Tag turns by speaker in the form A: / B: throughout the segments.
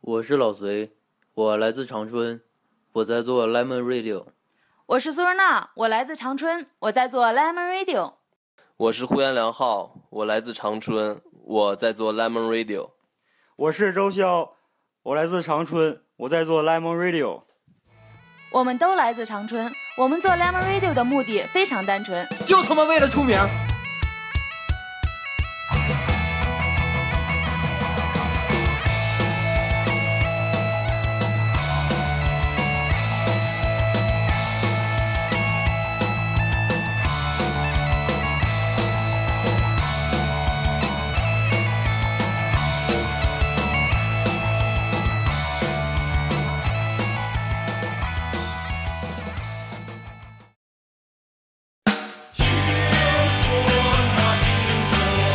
A: 我是老隋，我来自长春，我在做 Lemon Radio。
B: 我是苏若娜，我来自长春，我在做 Lemon Radio。
C: 我是呼延良浩，我来自长春，我在做 Lemon Radio。
D: 我是周潇，我来自长春，我在做 Lemon Radio。
B: 我们都来自长春，我们做 Lemon Radio 的目的非常单纯，
E: 就他妈为了出名。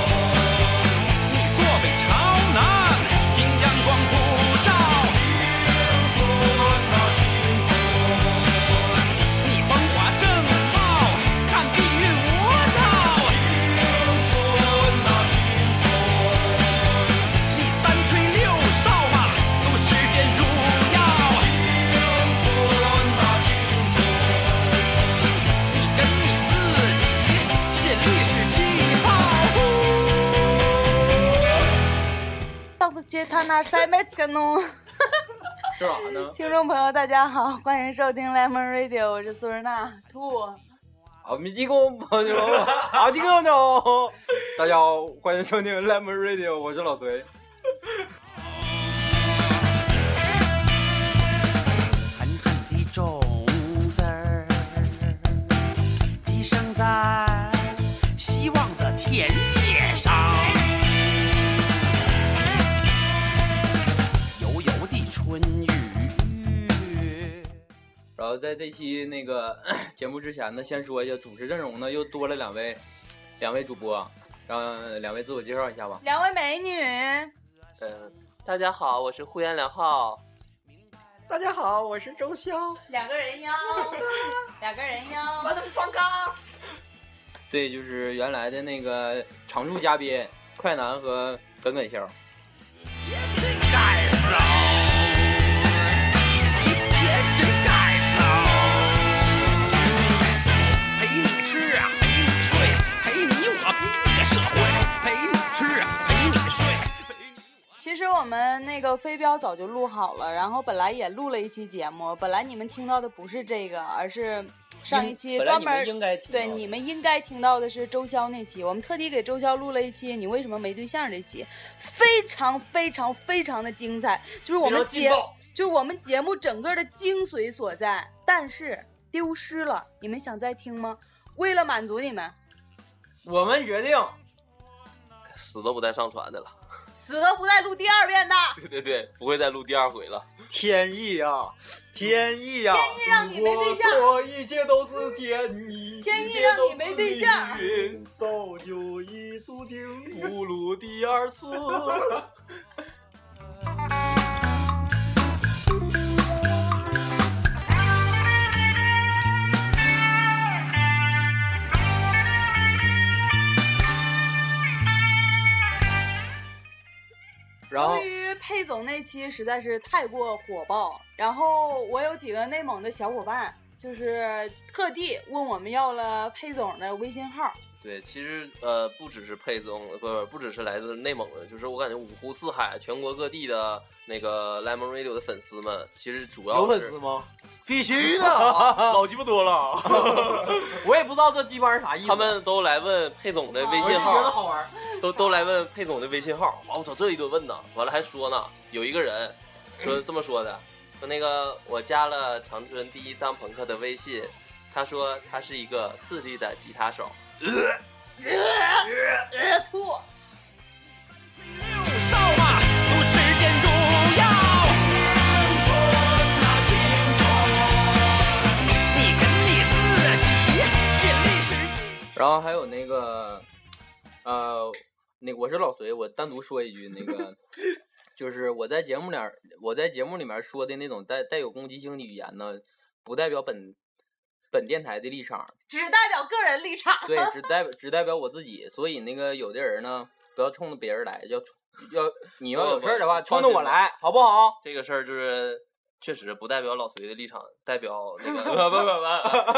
F: 你坐北朝南，因阳光普照。青春啊青春，你风华正茂，看碧云舞蹈。青春啊青春，你三吹六哨啊，度世间如药。青春啊青春。你跟你自己是历史气泡。
B: 到处街他那塞麦克弄。
E: 干啥呢？
B: 听众朋友，大家好，欢迎收听 Lemon Radio，我是苏若娜兔。
E: 啊，米鸡公朋友， 啊，鸡公牛。大家好，欢迎收听 Lemon Radio，我是老隋。
F: 狠狠的种子儿，寄生在希望的田野上，悠悠的春雨。
E: 然后在这期那个 节目之前呢，先说一下主持阵容呢，又多了两位，两位主播，让两位自我介绍一下吧。
B: 两位美女，
C: 嗯，大家好，我是呼延良浩。
D: 大家好，我是周潇。
B: 两个人妖，两个人妖。
E: 对，就是原来的那个常驻嘉宾快男和耿耿笑。
F: 别得赶走，你别得赶走，陪你吃啊，陪你睡，陪你我陪个社会，陪你吃啊，陪你睡，陪你我。
B: 其实我们那个飞镖早就录好了，然后本来也录了一期节目，本来你们听到的不是这个，而是上一期
E: 本来
B: 专
E: 你们
B: 门
E: 应该听到
B: 对你们应该听到的是周潇那期，我们特地给周潇录了一期你为什么没对象这期，非常非常非常的精彩，就是我们节就是我们节目整个的精髓所在，但是丢失了，你们想再听吗？为了满足你们，
E: 我们决定
C: 死都不带上传的了。
B: 死都不带录第二遍的，
C: 对对对，不会再录第二回了。
D: 天意啊，天意啊！
B: 天意让你没对象
D: 我说一切都是天意，
B: 天意让你没对象
D: 一切都是命运造就一注定。
C: 不录第二次。
E: 然后
B: 由于佩总那期实在是太过火爆，然后我有几个内蒙的小伙伴，就是特地问我们要了佩总的微信号。
C: 对，其实呃，不只是配宗，不不只是来自内蒙的，就是我感觉五湖四海、全国各地的那个 Lemon Radio 的粉丝们，其实主
E: 有
C: 要
E: 粉
C: 是
E: 丝吗？
D: 必须的，啊老鸡巴多了。
E: 我也不知道这鸡巴是啥意思。
C: 他们都来问配总的微
E: 我就
C: 信
E: 觉得
C: 号，
E: 好玩。
C: 都都来问配总的微信号。哇，我操，这一顿问呐，完了还说呢，有一个人说这么说的，说那个我加了长春第一张朋克的微信，他说他是一个自律的吉他手，
B: 呃，吐！
F: 六少啊，都世间荣耀。青春啊青春，你跟你自己，心里是记。
E: 然后还有那个，呃，那个我是老隋，我单独说一句，那个就是我在节目里儿，我在节目里面说的那种带带有攻击性的语言呢，不代表本本电台的立场，
B: 只代表个人立场。
E: 对，只代只代表我自己。所以那个有的人呢，不要冲着别人来，要冲要你要有
C: 不
E: 事儿的话，
C: 不放
E: 冲着
C: 心
E: 我
C: 吧
E: 来，好不好？
C: 这个事儿就是确实不代表老隋的立场，代表那个不不不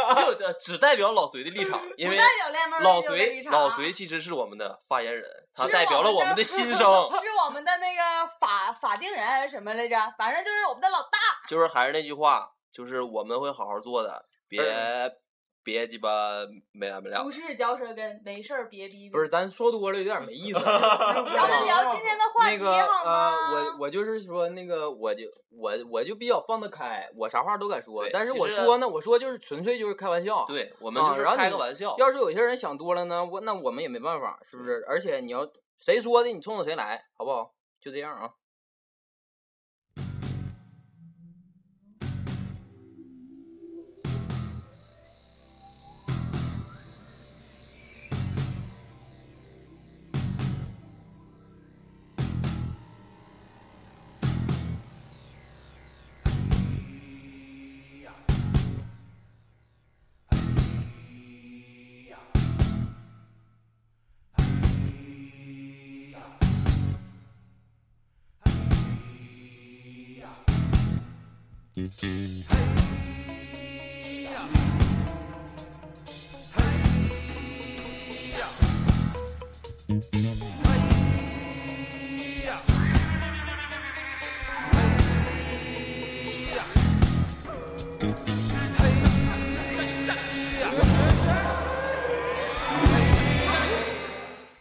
C: 不，就这只代表老隋的立场，因为
B: 不代表 Lemon Radio
C: 老
B: 的
C: 隋
B: 立场啊
C: 老隋其实是我们的发言人，他
B: 是
C: 代表了
B: 我
C: 我
B: 们
C: 们
B: 的，
C: 的心声
B: 是我们的那个法法定人还是什么来着？反正就是我们的老大。
C: 就是还是那句话，就是我们会好好做的，别别鸡巴没完没了
B: 不。是嚼舌根，没事儿别逼逼。
E: 不是，咱说多了有点没意思。
B: 咱们聊今天的话
E: 那
B: 题
E: 个
B: 好吗？
E: 呃，我我就是说那个，我就我我就比较放得开，我啥话都敢说。
C: 对
E: 但是
C: 其
E: 我
C: 实
E: 说呢，我说就是纯粹就是开玩笑。，
C: 对我们
E: 啊
C: 就是
E: 然后
C: 开
E: 你
C: 个玩笑，
E: 要是有些人想多了呢，我那我们也没办法，是不是？而且你要谁说的，你冲着谁来，好不好？就这样啊。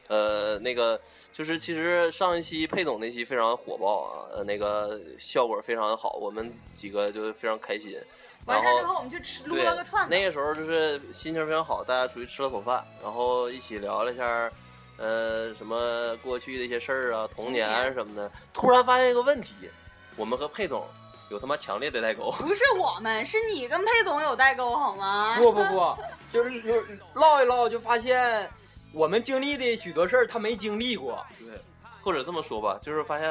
C: 呃，那个就是其实上一期佩总那期非常火爆啊，呃，那个效果非常好，我们几个就非常开心。
B: 完
C: 然
B: 事儿之后，我们去吃撸
C: 对
B: 了个串子。
C: 那个时候就是心情非常好，大家出去吃了口饭，然后一起聊了一下，呃，什么过去的一些事儿啊，童年啊什么的。突然发现一个问题，我们和佩总有他妈强烈的代沟。
B: 不是我们，是你跟佩总有代沟好吗？
E: 不不不，就是就是唠一唠，就发现我们经历的许多事儿他没经历过。
C: 对，或者这么说吧，就是发现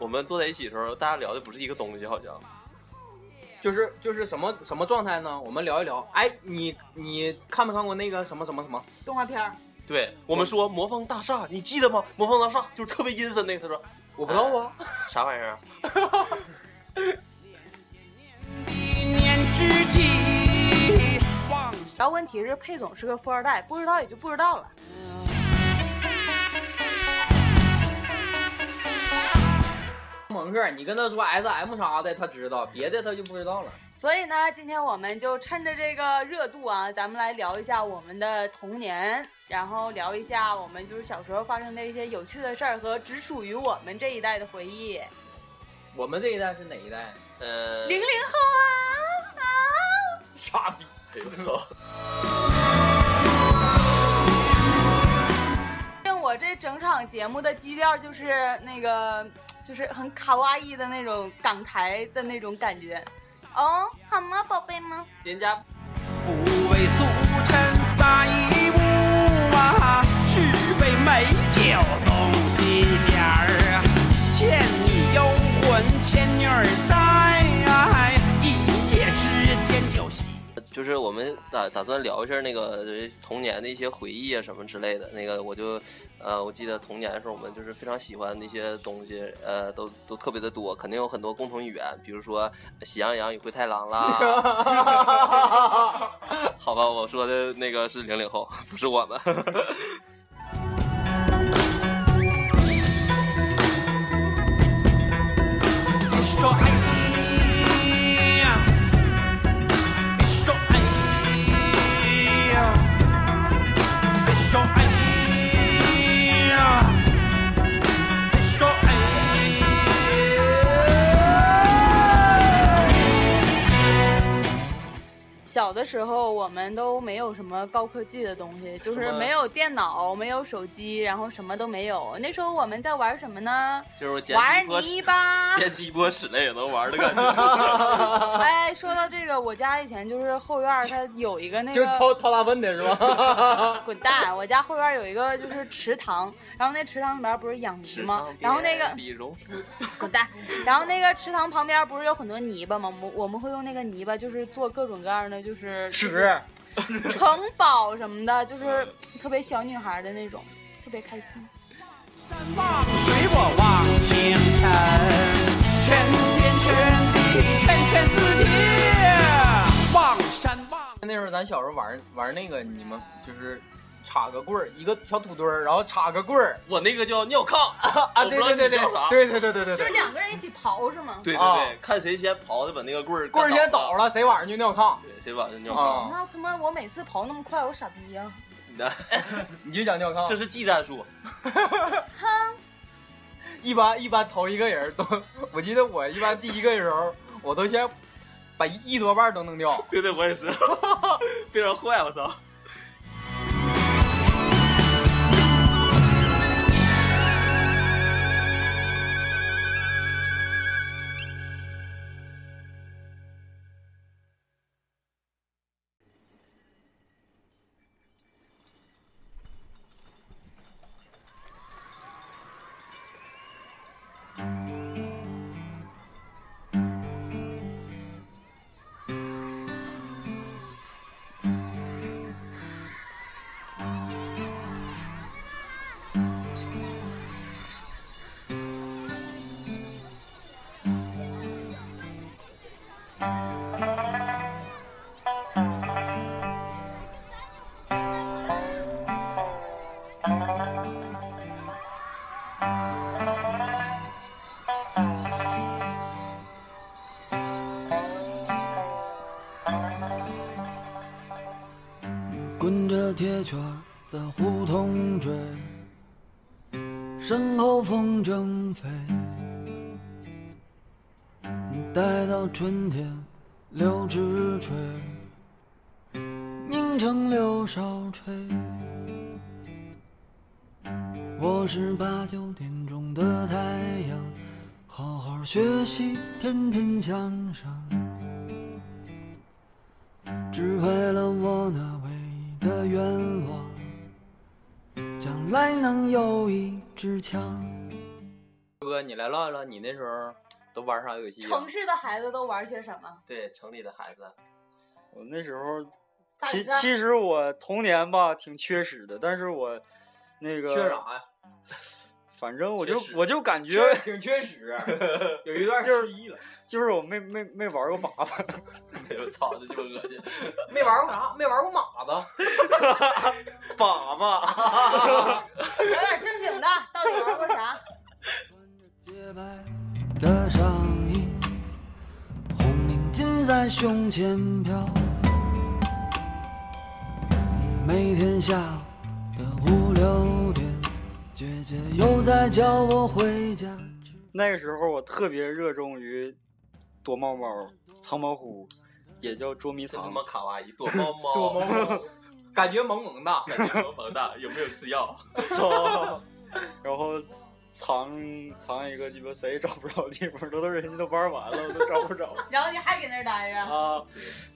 C: 我们坐在一起的时候，大家聊的不是一个东西，好像。
E: 就是就是什么什么状态呢？我们聊一聊。哎，你你看没看过那个什么什么什么？
B: 动画片儿，
C: 对我们说魔方大厦，你记得吗？魔方大厦就是特别阴森那个。他说
E: 我不知道啊。
C: 啥玩意儿啊？
F: 一年之计，望
B: 主要问题是佩总是个富二代，不知道也就不知道了。
E: 蒙克，你跟他说 S M 啥的，他知道，别的他就不知道了。
B: 所以呢，今天我们就趁着这个热度啊，咱们来聊一下我们的童年，然后聊一下我们就是小时候发生的一些有趣的事儿和只属于我们这一代的回忆。
E: 我们这一代是哪一代？
C: 呃，
B: 零零后啊啊！
E: 傻逼！
C: 哎呦我 操！
B: 像我这整场节目的基调就是那个，就是很卡哇伊的那种港台的那种感觉。哦，好吗，宝贝吗？
C: 人家
F: 不为俗尘撒一物啊，只为美酒动心弦儿啊。倩女幽魂，倩女儿在，一夜之间就醒。
C: 就是我们打打算聊一下那个就是童年的一些回忆啊什么之类的。那个我就呃，我记得童年的时候我们就是非常喜欢的一些东西，呃，都都特别的多，肯定有很多共同语言，比如说《喜羊羊与灰太狼》 啦。好吧，我说的那个是零零后，不是我们。
F: 别说爱你呀，别说爱你呀，别说爱你呀，别说爱你
B: 小的时候我们都没有什么高科技的东西，就
C: 什
B: 是
C: 么
B: 没有电脑，没有手机，然后什么都没有。那时候我们在玩什么呢？
C: 就是捡
B: 玩
C: 鸡窝
B: 泥 巴。
C: 捡鸡窝屎类也能玩的感觉。
B: 哎，说到这个，我家以前就是后院儿，它有一个那
E: 就
B: 个
E: 是掏掏大粪的是吧？
B: 滚蛋！我家后院有一个就是池塘，然后那池塘里边不是养鱼吗？然后那个
C: 李荣
B: 滚蛋，然后那个池塘旁边不是有很多泥巴吗？我们我们会用那个泥巴就是做各种各样的就是
E: 屎，
B: 城堡什么的，就是特别小女孩的那种，特别开心。
F: 山望随我往前程，全天全地全全自己，望山望。
E: 那时候咱小时候玩玩那个，你们就是插个棍儿，一个小土堆儿，然后插个 棍儿
C: 我那个叫尿炕，
E: 啊，对对对对
C: 我不知道
E: 对对对对对
B: 就是
E: 对，
B: 两个人一起刨是吗？
C: 对对
E: 啊
C: 对，看谁先刨的把那个棍儿
E: 棍儿先
C: 干
E: 倒，了，谁晚上就尿炕，
C: 对，谁把那尿
E: 啊
C: 炕，
B: 那他妈我每次刨那么快，我傻逼呀、
C: 你的
E: 你就想尿炕，
C: 哎这是技战术，
E: 一般一般头一个人都， 我记得我一般第一个时候，我都先把一一多半都弄掉。
C: 对对，我也是， 非常坏，我操！
G: 滚着铁圈儿在胡同追，身后风筝飞。待到春天，柳枝垂，拧成柳梢吹。我是八九点钟的太阳，好好学习，天天向上。只为了我那唯一的愿望，将来能有一支枪。
E: 哥，你来唠一唠，你那时候都玩啥游戏、啊
B: 城？市的孩子都玩些什么？
C: 对，城里的孩子，
D: 我那时候，
B: 大
D: 其
B: 战
D: 其实我童年吧挺缺失的，但是我那个
E: 缺啥呀？
D: 反正我
C: 缺
D: 就
C: 屎
D: 我就感觉
E: 缺挺缺 屎，有一段
D: 就是
E: 失忆了，
D: 就是我没没没玩过粑 粑，
C: 哎呦我操，这鸡巴恶心！
E: 没玩过啥，没玩过马 子。
D: 粑粑
B: 有点正经的，到底玩过啥？
G: 洁白的上衣，红领巾在胸前飘。每天下午的五六点，姐姐又在叫我回家吃。
D: 那个时候我特别热衷于躲猫猫、藏猫虎，也叫捉迷
C: 真他
D: 藏
C: 妈。卡哇伊，躲猫猫，
E: 嗯躲猫猫， 感觉萌萌的。
C: 感 觉萌萌的，有没有次要？
D: 操！ 然后藏藏一个鸡巴谁也找不着的地方，都都人家都玩完了，我都找 不着
B: 然后你还搁那儿待着，
D: 啊！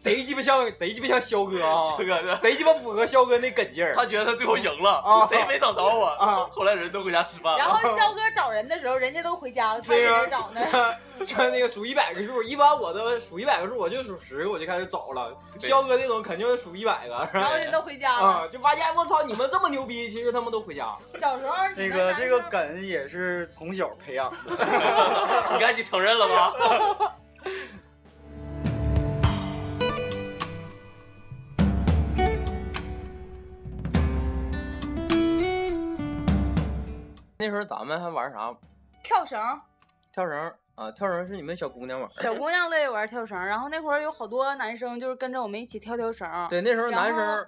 E: 贼鸡巴像，贼鸡巴像肖哥啊
C: 这！个
E: 贼鸡巴符合肖哥那梗劲儿。
C: 他觉得他最后赢了，
E: 啊
C: 谁没找着我？
E: 啊
C: 后来人都回家吃饭
B: 然
C: 了。
B: 后肖哥找人的时候，人家都回家了，他搁那儿找 呢。
E: 穿那个数一百个数，一般我都数一百个数，我就数十个我就开始找了。
C: 对
E: 肖哥那种肯定是数一百个，是
B: 然
E: 吧？
B: 后人都回家了。
E: 啊，就发现我操，你们这么牛逼，其实他们都回家。
B: 小时候你
D: 那
B: 们
D: 个
B: 男
D: 这个
B: 生
D: 梗也是从小培养的。
C: 你赶紧承认了吧？
E: 那时候咱们还玩啥？
B: 跳绳，
E: 跳绳啊，跳绳是你们小姑娘玩。
B: 小姑娘乐意玩跳绳，然后那会儿有好多男生就是跟着我们一起跳跳绳，
E: 对，那时候男
B: 然
E: 生，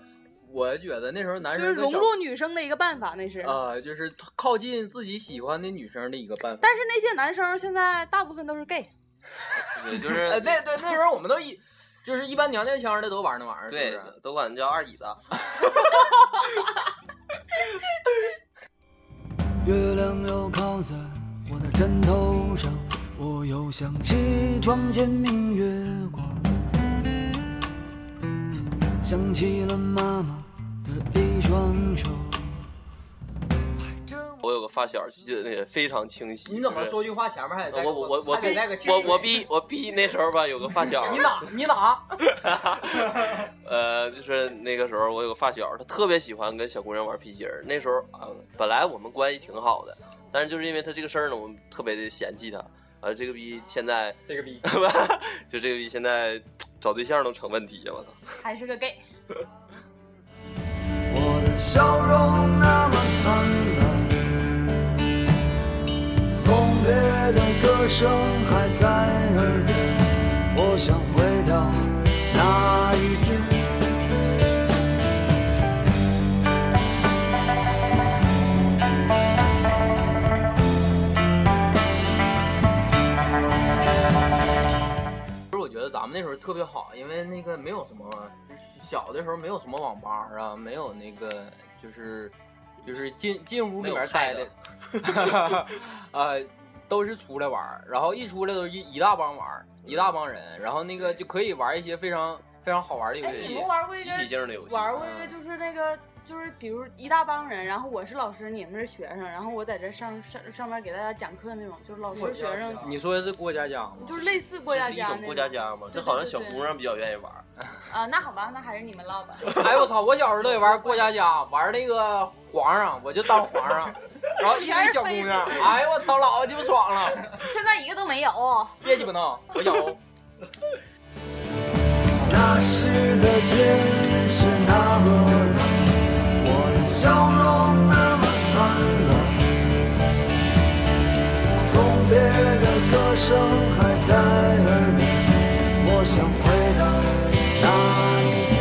E: 我觉得那时候男
B: 就
E: 生
B: 是
E: 跟
B: 融
E: 小
B: 入女生的一个办法，那是。
E: 啊、就是靠近自己喜欢的女生的一个办法。
B: 但是那些男生现在大部分都是 gay，
C: 对，就
E: 呃，
C: 是
E: 对对，那时候我们都一就是一般娘娘腔的都玩那玩意儿，
C: 对
E: 是不是，
C: 都管叫二椅子。
G: 月亮又靠在我的枕头上，我又想起床前明月光，想起了妈妈的一双手。
C: 我有个发小记得那个非常清晰。
E: 你怎么
C: 就是呃
E: 说句话前面还得带
C: 我
E: 个
C: 我我我
E: 还得
C: 逼
E: 带个结
C: 我
E: 尾
C: 我逼我逼那时候吧，有个发小，
E: 你哪你哪？
C: 呃，就是那个时候我有个发小，他特别喜欢跟小姑娘玩皮筋儿。那时候啊、本来我们关系挺好的，但是就是因为他这个事儿呢，我们特别的嫌弃他。啊，这个逼现在
E: 这个逼
C: 就这个逼现在找对象都成问题了，我操！
B: 还是个 gay。
G: 我的笑容那么灿烂，送别的歌声还在耳边，我想回到那一天。
E: 其实我觉得咱们那时候特别好，因为那个没有什么，小的时候没有什么网吧啊，没有那个就是就是进进屋里面待的， 呃，都是出来玩儿，然后一出来都是一一大帮玩儿，一大帮人，然后那个就可以玩一些非常非常好玩的游
B: 哎你
E: 戏嗯
B: 们。玩过一
C: 集
B: 个
C: 体性的游戏，
B: 玩过一个
C: 啊
B: 就是那个。就是比如一大帮人，然后我是老师，你们是学生，然后我在这上上上面给大家讲课那种，就是老师学生，
E: 你说的是过家家吗？
B: 就是类似过
C: 这
B: 家
C: 是一
B: 家
C: 种
B: 那
C: 过家家嘛，这好像小姑娘比较愿意玩。
B: 啊，那好吧，那还是你们唠吧。
E: 哎我操！我小时候都得玩过家家，玩那个皇上，我就当皇上，然后一堆小姑娘，哎呦我操，老鸡巴爽了，
B: 现在一个都没有。
E: 别鸡巴闹，我有。
G: 那时的天是那么蓝，我的笑容那么灿烂，送别的歌声还在耳边，我想回到那一天。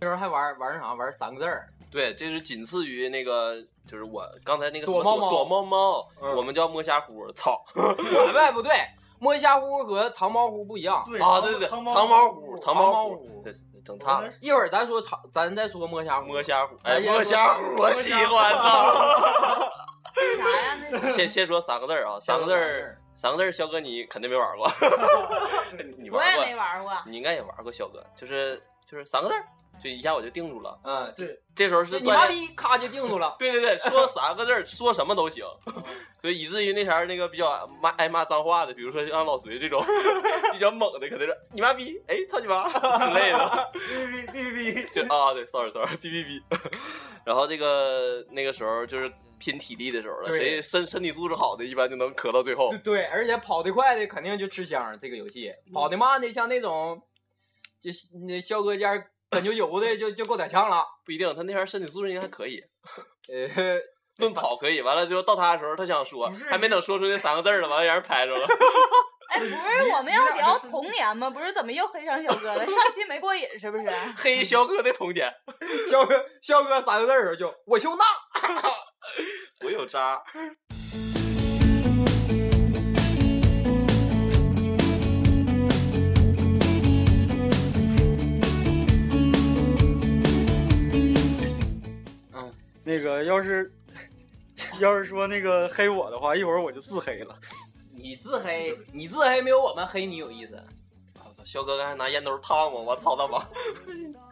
E: 那时候还玩玩啥？玩三个字儿，
C: 对，这是仅次于那个，就是我刚才那个什
E: 躲
C: 么
E: 猫猫
C: 躲猫猫，
E: 嗯
C: 我们叫摸虾糊，操
E: 不对哎不对，摸虾乎和藏猫乎不一样。
D: 对
C: 啊！对对对，藏
D: 猫
C: 猫糊，
D: 藏
C: 藏
D: 猫
C: 猫
D: 虎
C: 糊，对，整差了。
E: 一会儿咱说藏，咱再说摸虾乎。
C: 摸虾糊，哎，
E: 哎呀
C: 摸虾糊，我喜欢呐。
B: 啥呀？那个
C: 先先说三个字儿啊，三个字儿，三个字儿，肖哥你肯定没玩过，你
B: 我也
C: 玩过
B: 没？玩过。
C: 你应该也玩过，肖哥，就是就是三个字儿，就一下我就定住了。
E: 嗯，对，
C: 这时候是
E: 你妈
C: 锻炼
E: 逼，咔就定住了。
C: 对对对，说三个字儿，说什么都行， 对，以至于那啥那个比较骂爱骂脏话的，比如说像老隋 这种比较猛的，可能是你妈逼，哎，操你 妈之类的，哔哔哔，就啊，对，sorry sorry，哔哔 哔。然后这个那个时候就是拼体力的时候了，
E: 对
C: 谁身身体素质好的，一般就能磕到最 后。
E: 对，而且跑得快的肯定就吃香，这个游戏跑得慢的像那种，就是那肖哥家跟就油的就就够点呛了。
C: 不一定，他那边身体素质应该还可以，
E: 呃，
C: 论跑可以。完了之后到他的时候，他想说，还没等说出那三个字儿呢，完了让人拍着了。
B: 哎，不是我们要聊童年吗？不是怎么又黑上小哥 了？上期没过瘾是不是？
C: 黑肖哥的童年，
E: 肖 哥肖哥三个字儿就我胸大。
C: 我有渣。
D: 那个要是要是说那个黑我的话，一会儿我就自黑了。
E: 你自黑，你自黑没有我们黑你有意思，
C: 我操，肖哥刚才拿烟头烫我，我操他妈！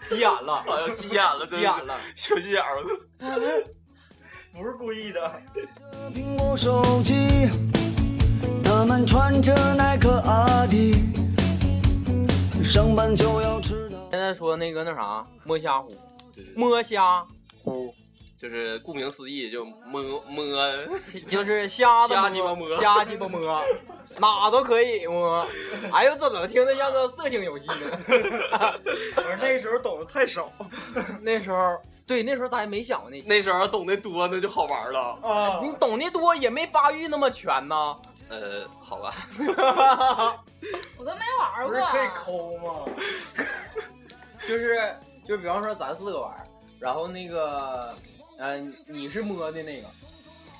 E: 急眼 了，
C: 哎呀，急眼了，
E: 急
C: 真
E: 眼
C: 是
E: 了。
C: 小心眼儿了。
D: 不是故意的，
G: 屏幕手机，他们穿着耐克阿迪，上班就要迟到。
E: 现在说那个那啥摸虾虎，
C: 对，
E: 摸虾虎
C: 就是顾名思义，就摸摸
E: 就是瞎子
C: 瞎鸡巴摸
E: 瞎鸡巴摸，哪都可以摸。哎呦，这怎么听着像个色情游戏呢？
D: 我那时候懂得太少
E: 那时候，对，那时候咱也没想过那些。
C: 那时候懂得多，那就好玩了。
D: 啊
E: 你懂得多也没发育那么全呐，
C: 呃，好吧，
B: 我都没玩
D: 不是可以抠吗？
E: 就是就比方说咱四个玩儿，然后那个，嗯、你是摸的那个，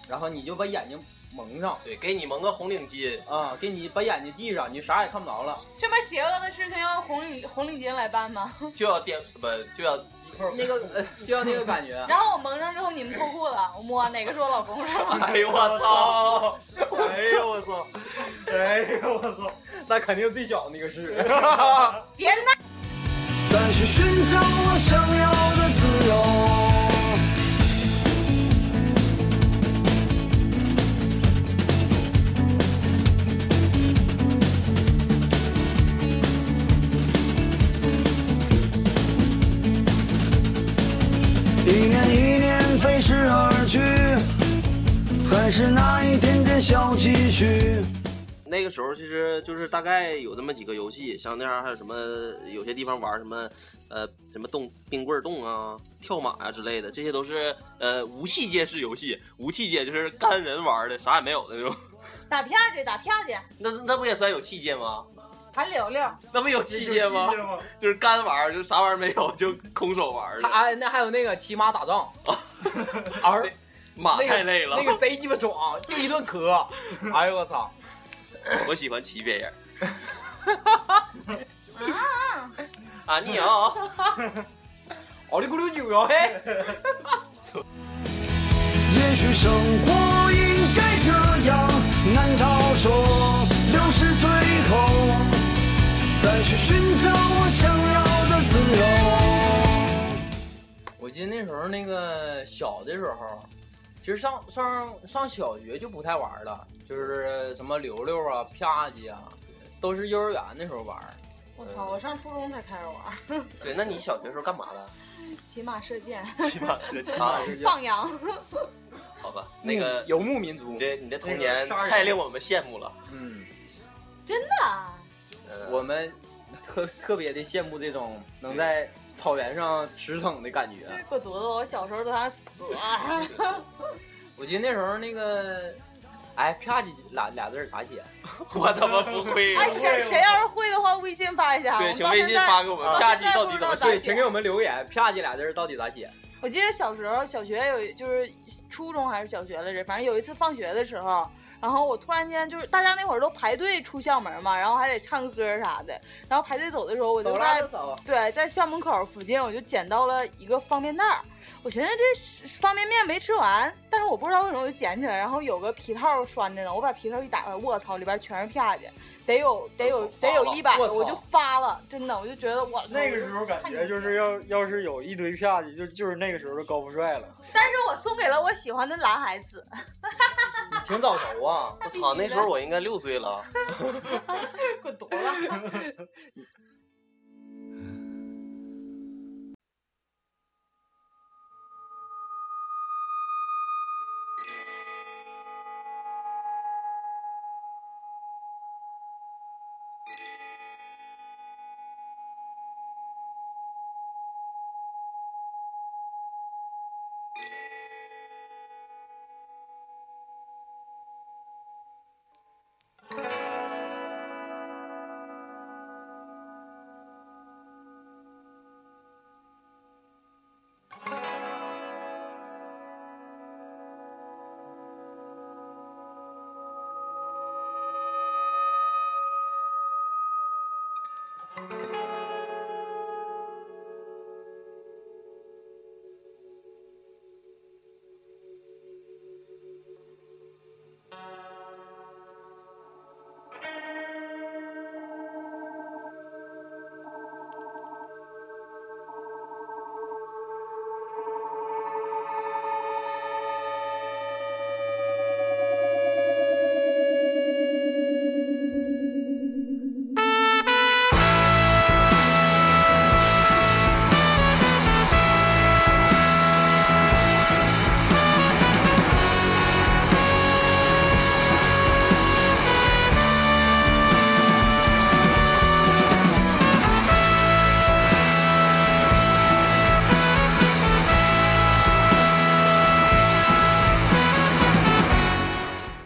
E: 然后你就把眼睛蒙上，
C: 对，给你蒙个红领巾，
E: 啊、给你把眼睛系上，你啥也看不着了。
B: 这么邪恶的事情要用红领红领巾来办吗？
C: 就要颠，不就要
E: 那个呃，就像那个 感觉。
B: 然后我蒙上之后你们脱裤子，我摸哪个是我老公是吗？
C: 哎呦我操！！
D: 哎呦我操！哎呦我操！
E: 那肯定最小那个是。
B: 别那
G: 再去寻找我想要的自由。但是那一点点小积蓄。
C: 那个时候其实就是大概有这么几个游戏，像那样还有什么有些地方玩什么，呃，什么动冰棍儿动啊、跳马啊之类的，这些都是呃无器械式游戏，无器械就是干人玩的，啥也没有的那种。
B: 打啪去，打啪去，
C: 那那不也算有器械吗？
B: 弹溜溜，
C: 那不有器械吗？就是干玩儿，就啥玩意儿没有，就空手玩儿
E: 他
C: 的。
E: 啊，那还有那个骑马打 仗，儿
C: 马
E: 那个
C: 太累了，
E: 那个贼鸡巴爽，就一顿 磕。哎呦我操！
C: 我喜欢骑 别人。啊，你啊！
E: 奥利咕噜扭啊嘿！
G: 也许生活应该这样，难道说六十岁后再去寻找我想要的自由？
E: 我记得那时候那个小的时候，其实上上上小学就不太玩了，就是什么溜溜啊、啪叽啊，都是幼儿园那时候玩。
H: 我操！我上初中才开始玩
C: 对，那你小学时候干嘛了？
H: 骑马射箭、
C: 骑马是骑
E: 啊
C: 马，
H: 放羊。
C: 好吧，那个
E: 游牧民族
C: 你，这你的童
E: 那
C: 年
E: 个杀人
C: 太令我们羡慕了。
E: 嗯，
B: 那
C: 嗯
E: 我们特特别的羡慕这种能在草原上驰骋的感觉。
H: 个犊子，我小时候都想死啊！
E: 我记得那时候那个，哎，啪叽俩俩字儿咋写？
C: 我他妈不会啊
B: 哎，谁谁要是会的话，微信发一下。
C: 对，
B: 我
C: 请
B: 到
C: 微
B: 现
C: 信
B: 在
C: 发给我
E: 啊
C: 们，
B: 我
C: 啪
B: 到
C: 叽
B: 现 在
C: 到
B: 不
C: 底怎
B: 知道
C: 么
B: 咋
C: 说
E: 对，
B: 写？
E: 请给我们留言，啪叽俩字儿到底咋写？
B: 我记得小时候，小学有就是初中还是小学来着，反正有一次放学的时候，然后我突然间就是大家那会儿都排队出校门嘛，然后还得唱歌啥的，然后排队走的时候，我就
E: 走
B: 在
E: 拉就走。
B: 对在校门口附近，我就捡到了一个方便袋儿。我寻思这是方便面没吃完，但是我不知道为什么我就捡起来，然后有个皮套拴着呢，我把皮套一打开，我操，里边全是啪去，得有得有
C: 我操
B: 得有一百个，
E: 我操
B: 我就发了，真的，我就觉得我操
D: 那个时候感觉就是要要是有一堆啪叽，就就是那个时候的高富 帅了。
B: 但是我送给了我喜欢的男孩子。
E: 你挺早熟啊！
C: 我操，那时候我应该六岁了。
B: 滚犊子！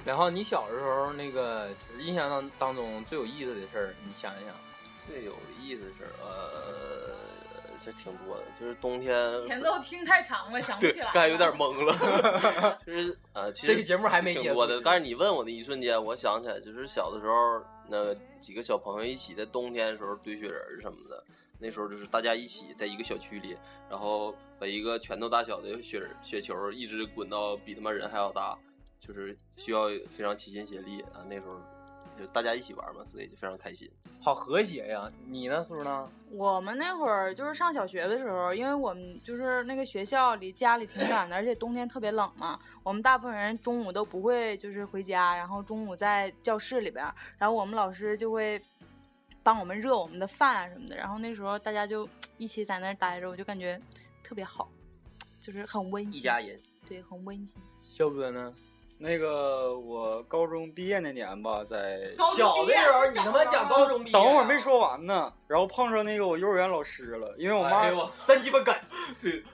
E: 然后你小的时候那个就是印象当当中最有意思的事儿，你想一想。
C: 最有意思的事儿，呃，这挺多的，就是冬天
H: 前奏听太长了，想不
C: 对
H: 起来，了。
C: 刚才有点 懵了。就是呃，其实
E: 这个节目还没结
C: 挺
E: 束
C: 多的，但是你问我的一瞬间，我想起来，就是小的时候，那几个小朋友一起在冬天的时候堆雪人儿什么的，那时候就是大家一起在一个小区里，然后把一个拳头大小的雪人雪球一直滚到比他妈人还要大，就是需要非常齐心协力啊。那时候就大家一起玩嘛，所以就非常开心。
E: 好和谐呀！你呢，叔呢？
B: 我们那会儿就是上小学的时候，因为我们就是那个学校离家里挺远的，而且冬天特别冷嘛，我们大部分人中午都不会就是回家，然后中午在教室里边儿，然后我们老师就会帮我们热我们的饭啊什么的，然后那时候大家就一起在那儿待着，我就感觉特别好，就是很温馨，
E: 一家人。
B: 对，很温馨。
E: 肖哥呢？
D: 那个我高中毕业那年吧，在
H: 高
E: 小
H: 中
E: 的
H: 毕业
E: 时候
H: 是
E: 你他妈讲高中毕业，啊
D: 等会儿没，说完呢，然后碰上那个我幼儿园老师了，因为我妈，
E: 哎呦我真鸡巴梗，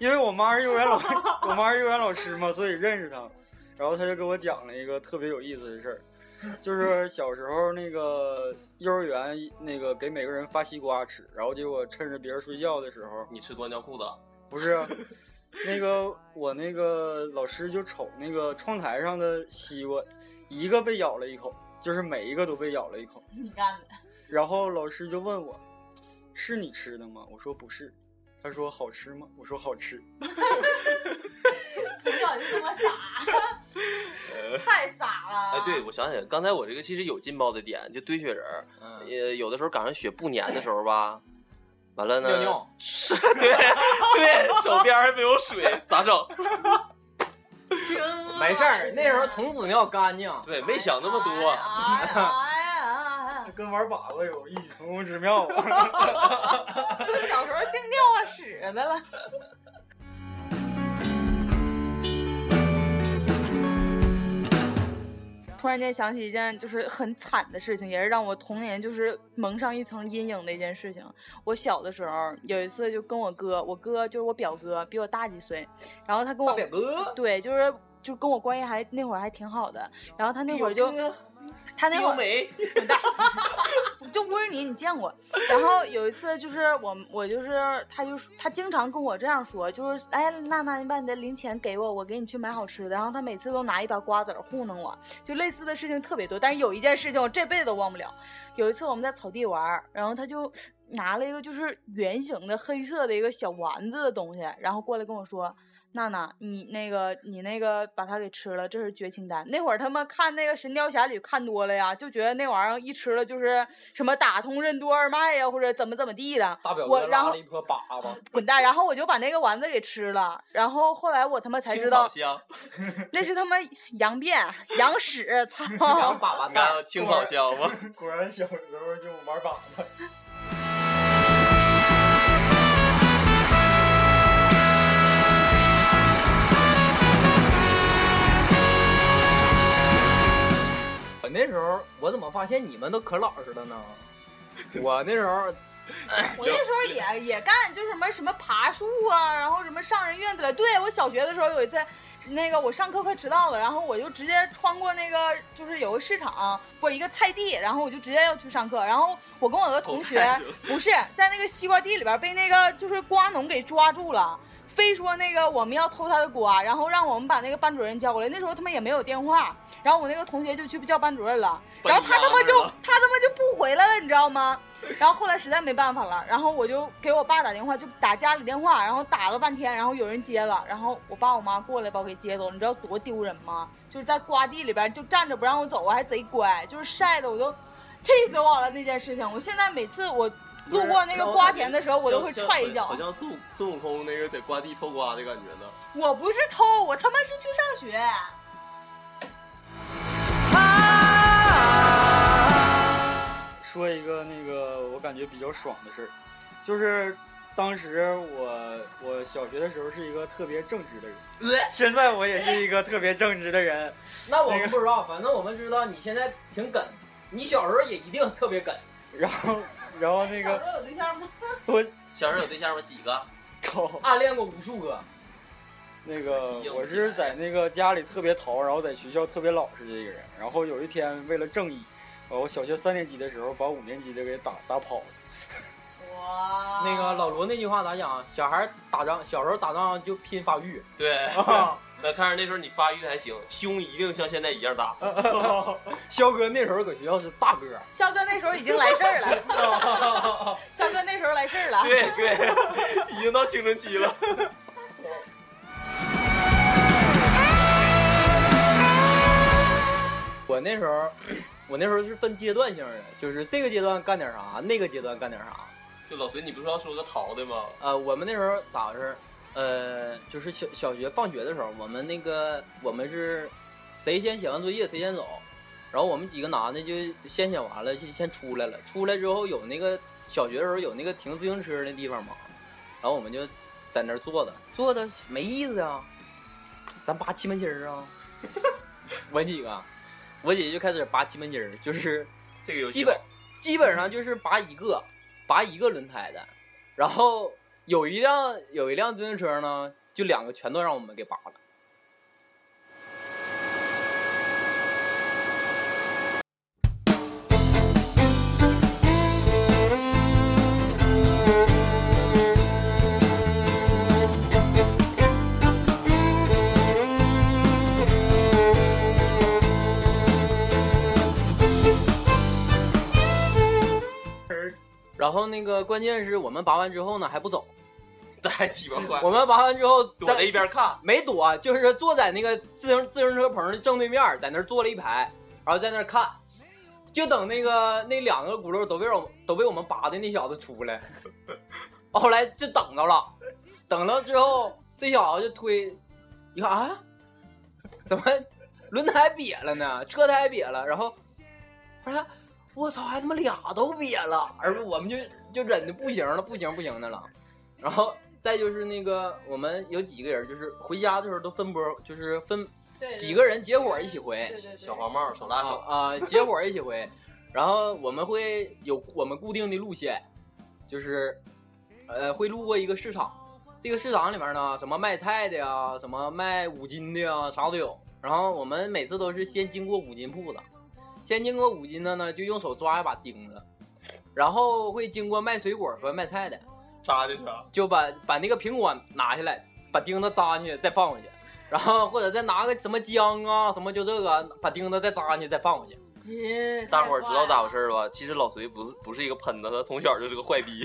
D: 因为我妈是幼儿园老， 我妈是幼儿园老师嘛，所以认识她。然后她就给我讲了一个特别有意思的事儿，就是小时候那个幼儿园那个给每个人发西瓜吃，然后结果趁着别人睡觉的时候，
C: 你吃多尿裤子？啊
D: 不是，啊那个我那个老师就瞅那个窗台上的西瓜，一个被咬了一口，就是每一个都被咬了一口。
H: 你干的，
D: 然后老师就问我，是你吃的吗？我说不是。他说好吃吗？我说好吃。
H: 从小就这么傻，
E: 呃
H: 太傻了。
C: 哎，对，，我想起来，刚才我这个其实有劲爆的点，就堆雪人儿，
E: 嗯，
C: 也呃有的时候赶上雪不粘的时候吧，完了呢，
E: 尿尿，
C: 是，对对，手边还没有水，咋整？
E: 没事儿，那时候童子尿干净，
C: 啊对，没想那么多。
H: 哎呀哎呀哎呀！
D: 跟玩粑粑有异曲同工之妙啊！
H: 我小时候净尿啊屎的了。
B: 突然间想起一件就是很惨的事情，也是让我童年就是蒙上一层阴影的一件事情。我小的时候有一次就跟我哥，我哥就是我表哥，比我大几岁，然后他跟我
E: 大表哥，
B: 对，就是就跟我关系还那会儿还挺好的，然后他那会儿就他那会
E: 英
B: 儿
E: 美，
B: 就不是你，你见过。然后有一次就是我我就是他就是他经常跟我这样说，就是哎娜娜，你把你的零钱给我，我给你去买好吃的。然后他每次都拿一把瓜子儿糊弄我，就类似的事情特别多。但是有一件事情我这辈子都忘不了，有一次我们在草地玩儿，然后他就拿了一个就是圆形的黑色的一个小丸子的东西，然后过来跟我说。娜娜，你那个你那个把它给吃了，这是绝情丹。那会儿他们看那个《神雕侠侣》看多了呀，就觉得那玩意儿一吃了就是什么打通任督二脉呀，或者怎么怎么地的。
E: 大表
B: 我
E: 哥
B: 然
E: 拉
B: 后
E: 了一坨粑粑，
B: 滚蛋，然后我就把那个丸子给吃了。然后后来我他妈才知道
C: 青草香，
B: 那是他妈羊便、 羊屎，操！
E: 然后粑粑
C: 你看
E: 干，
C: 青草香吗？
D: 果然小时候就玩粑粑。
E: 我那时候我怎么发现你们都可老实了呢？我那时 候
B: 我那时候也也干，就是什么什么爬树啊，然后什么上人院子了。对我小学的时候有一次，那个我上课快迟到了，然后我就直接穿过那个就是有个市场不是一个菜地，然后我就直接要去上课。然后我跟我的同学不是在那个西瓜地里边被那个就是瓜农给抓住了。非说那个我们要偷他的瓜，然后让我们把那个班主任叫过来。那时候他们也没有电话，然后我那个同学就去叫班主任了，
C: 被
B: 然后他他妈就
C: 压着了
B: 他他妈就不回来了，你知道吗？然后后来实在没办法了，然后我就给我爸打电话，就打家里电话，然后打了半天，然后有人接了，然后我爸我妈过来把我给接走，你知道多丢人吗？就是在瓜地里边就站着不让我走，我还贼乖，就是晒的我都气死我了那件事情。我现在每次我路过那个瓜田的时候，我都会踹一脚
C: 好。像孙悟孙悟空那个在瓜地偷瓜的感觉呢。
B: 我不是偷，我他妈是去上学。
D: 说一个那个我感觉比较爽的事儿，就是当时我我小学的时候是一个特别正直的人，
E: 呃
D: 现在我也是一个特别正直的人。
E: 那我们不知道，反正我们知道你现在挺梗，你小时候也一定特别梗。
D: 然后然后那
H: 小
D: 个
H: 时候有对象吗？
D: 我
C: 小时候有对象吗？几个？啊
D: 靠
E: 暗恋过无数个，
D: 那个我是在那个家里特别淘，然后在学校特别老实的一个人。然后有一天为了正义，呃我小学三年级的时候把五年级的给打打跑了。
H: 哇，
E: 那个老罗那句话咋讲？啊小孩打仗，小时候打仗就拼发育。
C: 对，
E: 啊，
C: 那看着那时候你发育还行，胸一定像现在一样大。
E: 肖哥那时候搁学校是大哥，
B: 肖哥那时候已经来 事儿了，肖哥那时候来事儿了。
C: 对对，已经到青春期了。
E: 我那时候，我那时候是分阶段性的，就是这个阶段干点啥，那个阶段干点啥。
C: 就老隋，你不是要说个淘的吗？
E: 呃，我们那时候咋回事儿？呃，就是小小学放学的时候，我们那个我们是谁先写完作业谁先走，然后我们几个男的就先写完了就先出来了。出来之后有那个小学的时候有那个停自行车那地方嘛，然后我们就在那儿坐着，坐着没意思啊，咱扒气门芯儿啊， 我几个，我姐就开始拔气门筋儿，就是
C: 这个游戏
E: 基本基本上就是拔一个，拔一个轮胎的。然后有一辆有一辆自行车呢，就两个全都让我们给拔了。然后那个关键是我们拔完之后呢还 不走，
C: 大家鸡巴坏，
E: 我们拔完之后
C: 躲在一边看。
E: 没躲，就是坐在那个自行自行车棚的正对面，在那儿坐了一排，然后在那儿看，就等那个那两个轱辘都被我都被我们拔的那小子 出来，后来就等着了，等到之后这小子就推，一看啊，怎么轮胎瘪了呢？车胎瘪了，然后后来我操，还他妈俩都瘪了，而我们就就忍的不行了，不行不行的了，然后。再就是那个，我们有几个人，就是回家的时候都分波，就是分
H: 对
E: 几个人结伙一起回
H: 对对对，
C: 小黄帽手拉
E: 啊
C: 手，
E: 啊，结伙一起 回。然后我们会有我们固定的路线，就是呃会路过一个市场，这个市场里面呢，什么卖菜的呀，什么卖五金的呀，啥都有。然后我们每次都是先经过五金铺子，先经过五金的呢，就用手抓一把钉子，然后会经过卖水果和卖菜的。
C: 扎进去啊！
E: 就把把那个苹果拿下来，把钉子扎进去再放回去，然后或者再拿个什么浆啊什么就这个，把钉子再扎进去再放回去。
H: 嗯
C: 大伙儿知道咋回事儿吧？其实老隋不是不是一个喷子，他从小就是个坏逼。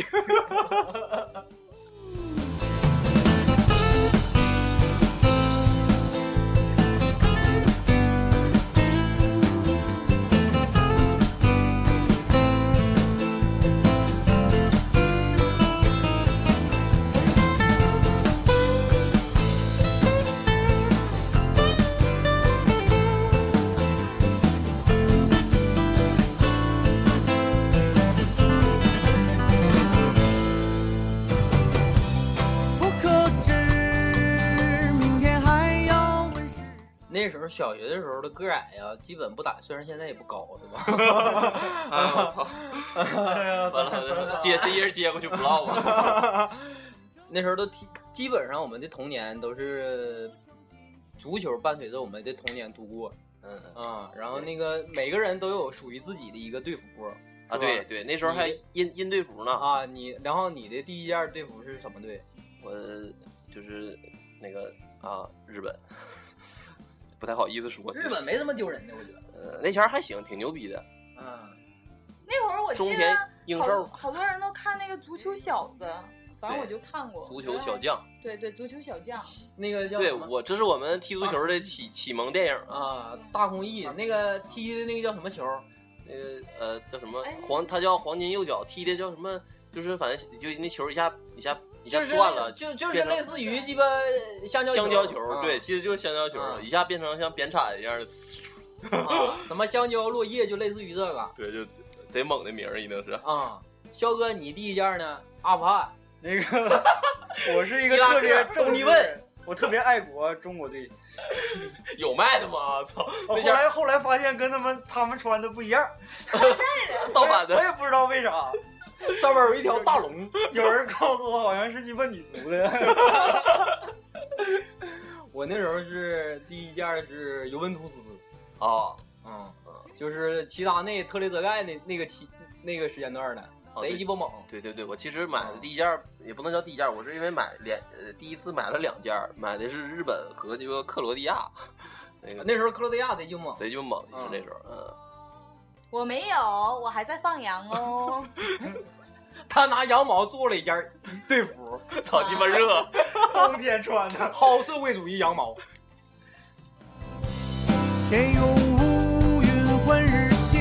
G: 不可知，明天还要问世。
E: 那时候小学的时候的个矮呀，基本不打，虽然现在也不高，对吧？
C: 哎呀我操！完了，接哎这一人接过去不唠了。
E: 那时候都踢，基本上我们的童年都是足球伴随着我们的童年度过
C: 嗯
E: 啊、然后那个每个人都有属于自己的一个队服
C: 啊，对对，那时候还
E: 嗯
C: 印印队服呢，
E: 啊，你然后你的第一件队服是什么队？
C: 我就是那个啊，日本， 不太好意思说。
E: 日本没什么丢人的，我觉得。
C: 呃那前儿还行，挺牛逼的。
E: 嗯，
H: 那会儿我记
C: 中
H: 得
C: 田英
H: 好
C: 寿，
H: 好多人都看那个足球小子，反正我就看过
C: 足球小，将。
H: 对对，足球小将，
E: 那个叫
C: 对
E: 什么
C: 我，这是我们踢足球的启启蒙电影。
E: 啊，大空翼那个踢的那个叫什么球？
C: 那个呃叫什么
H: 哎
C: 黄，他叫黄金右脚，踢的叫什么？就是反正就那球一下一下一下
E: 就是
C: 转了，
E: 就就是
C: 变成
E: 类似于鸡巴香蕉
C: 香蕉
E: 球
C: 球，
E: 啊
C: 对，其实就是香蕉球，
E: 啊
C: 一下变成像扁铲一样的， 呲
E: 啊什么香蕉落叶，就类似于这个
C: 对，就贼猛的名儿，一定是。
E: 啊。肖哥，你第一件呢？阿富汗
D: 那个， 我是一个
E: 伊拉克
D: 特别
E: 郑
D: 政
E: 立
D: 治
E: 问，
D: 我特别爱国中国队。
C: 有卖的吗？ 操，
D: 哦后
C: 那件儿
D: 来后来发现跟他们他们穿的不一样，
C: 盗版
D: 我
C: 的，啊
D: 也不知道为啥。
E: 上面有一条大龙，
D: 有人告诉我好像是鸡巴女足的，
E: 我那时候是第一件是尤文图斯，
C: 啊
E: 嗯，就是齐达内、特雷泽盖那那个期那个时间段的，
C: 哦
E: 贼鸡巴猛。
C: 对对对，我其实买的第一件儿也不能叫第一件儿，我是因为买两呃第一次买了两件儿，买的是日本和这个克罗地亚，那个
E: 那时候克罗地亚贼鸡巴猛，
C: 贼就猛，就是
E: 嗯
C: 那时候，嗯，
H: 我没有，我还在放羊 哦。
E: 他拿羊毛做了一件队服，
C: 操鸡巴热，啊
D: 冬天穿 的。
E: 薅社会主义羊 毛。
G: 闲咏乌云换日新。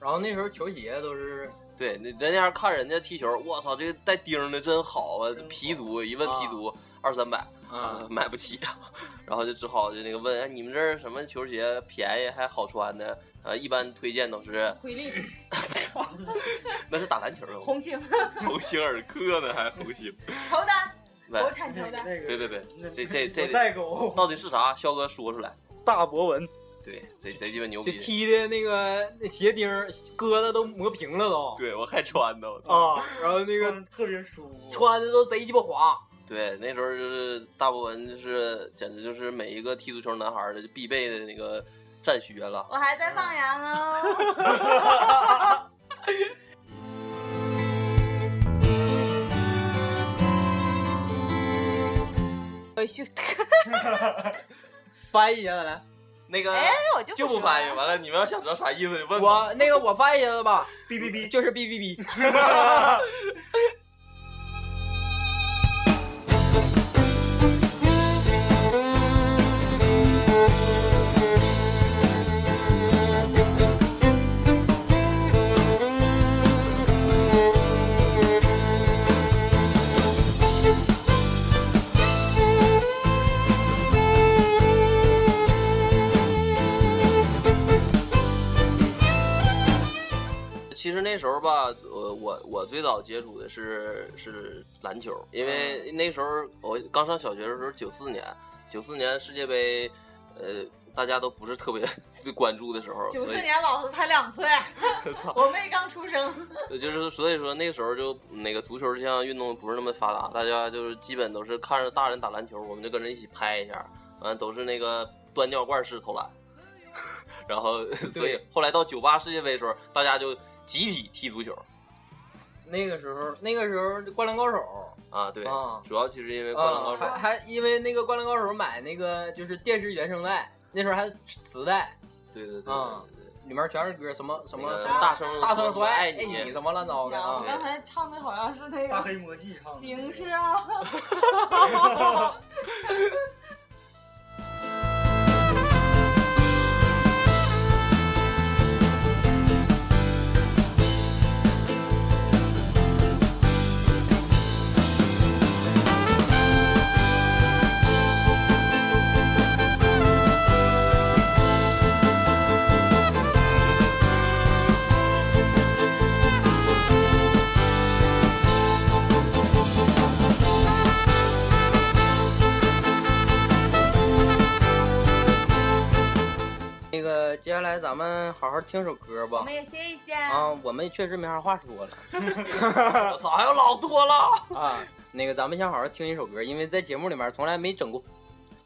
E: 然后那时候球鞋都是
C: 对，那在那样看人家踢球，我操，这个带钉儿的真好啊！皮足一问皮足二三百，
E: 啊
C: 呃，买不起， 然后就只好就那个问，哎，你们这儿什么球鞋便宜还好穿呢？呃，一般推荐都是
H: 回力
C: 那是打篮球的吗啊
H: 红星，
C: 鸿星尔克呢，还鸿星，
H: 瞅的，
C: 喂
H: 国产乔丹。
D: 那个
C: 对对对，这这
D: 我
C: 这
D: 代沟，
C: 到底是啥？肖哥说出来，
D: 大博文，
C: 对，贼贼鸡巴牛
E: 就
C: 逼。
E: 踢的那个那鞋钉儿疙瘩都磨平了都
C: 对我还穿呢，我操！
E: 啊，然后那
D: 这
E: 个
D: 个特别舒服。
E: 穿的都贼鸡巴滑。
C: 对，那时候就是大博文，就是简直就是每一个踢足球男孩儿的必备的那个战靴了。
H: 我还在放羊哦。
B: 回去，
E: 翻译一下再来，
C: 那个
H: 哎，我就
C: 就不
H: 说
C: 翻译，
H: 了
C: 完了你们要想知道啥意思就问吧。
E: 我那个我翻译一下子吧，
D: 哔哔哔，
E: 就是 B B B。
C: 其实那时候吧，我我我最早接触的是是篮球，因为
H: 嗯
C: 那时候我刚上小学的时候，九四年，九四年世界杯，呃，大家都不是特别 关注的时候，
H: 九
C: 所
H: 四
C: 以。
H: 年老子才两 岁，我妹刚出生。
C: 对，呃就是所以说那时候就那个足球这项运动不是那么发达，大家就是基本都是看着大人打篮球，我们就跟着一起拍一下，完都是那个端尿罐式投篮， 然后 所以后来到九八世界杯的时候，大家就集体踢足球
E: 那个时候，那个时候《灌篮高手
C: 啊，
H: 哦
C: 对，》
E: 啊，
C: 主要其实因为灌篮高
E: 啊，
C: 手，
E: 还还因为那个《灌篮高手》买那个就是电视原声带，那时候还磁带，
C: 对对对对
E: 啊
C: 对对
E: 里面全是歌，什么什么
C: 那个
E: 什么
C: 大声
E: 大声
C: 说哎
E: 说
C: 我
E: 爱
C: 爱
E: 你，什么乱糟的
H: 我
E: 啊
C: 对
H: 刚才唱的好像是那
D: 大
H: 个
D: 黑魔记唱的。
H: 形式 啊。
E: 那个接下来咱们好好听首歌
H: 我
E: 吧
H: 们。也歇一歇。
E: 啊，我们确实没啥话说了
C: 我操，还有老多了，
E: 啊。 那个咱们先好好听一首歌，因为在节目里面从来没整过，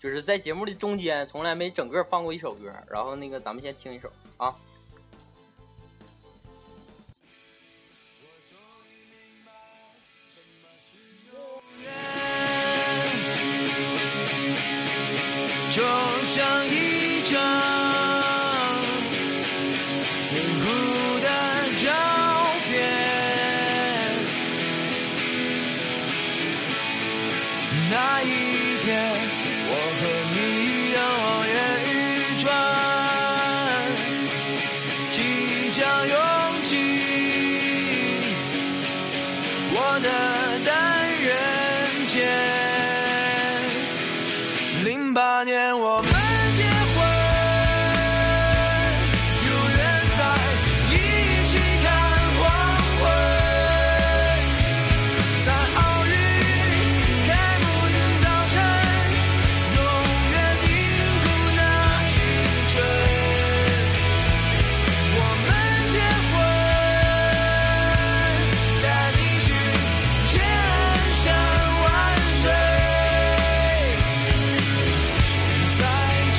E: 就是在节目的中间从来没整个放过一首歌。然后那个咱们先听一首啊。
G: 就像一张凝固的照片。那一天，我和你的望眼欲穿，即将涌进我的单人间。零八年我们结婚，永远在一起看黄昏，在奥运开幕的早晨，永远凝固那青春。我们结婚，带你去千山万水。在清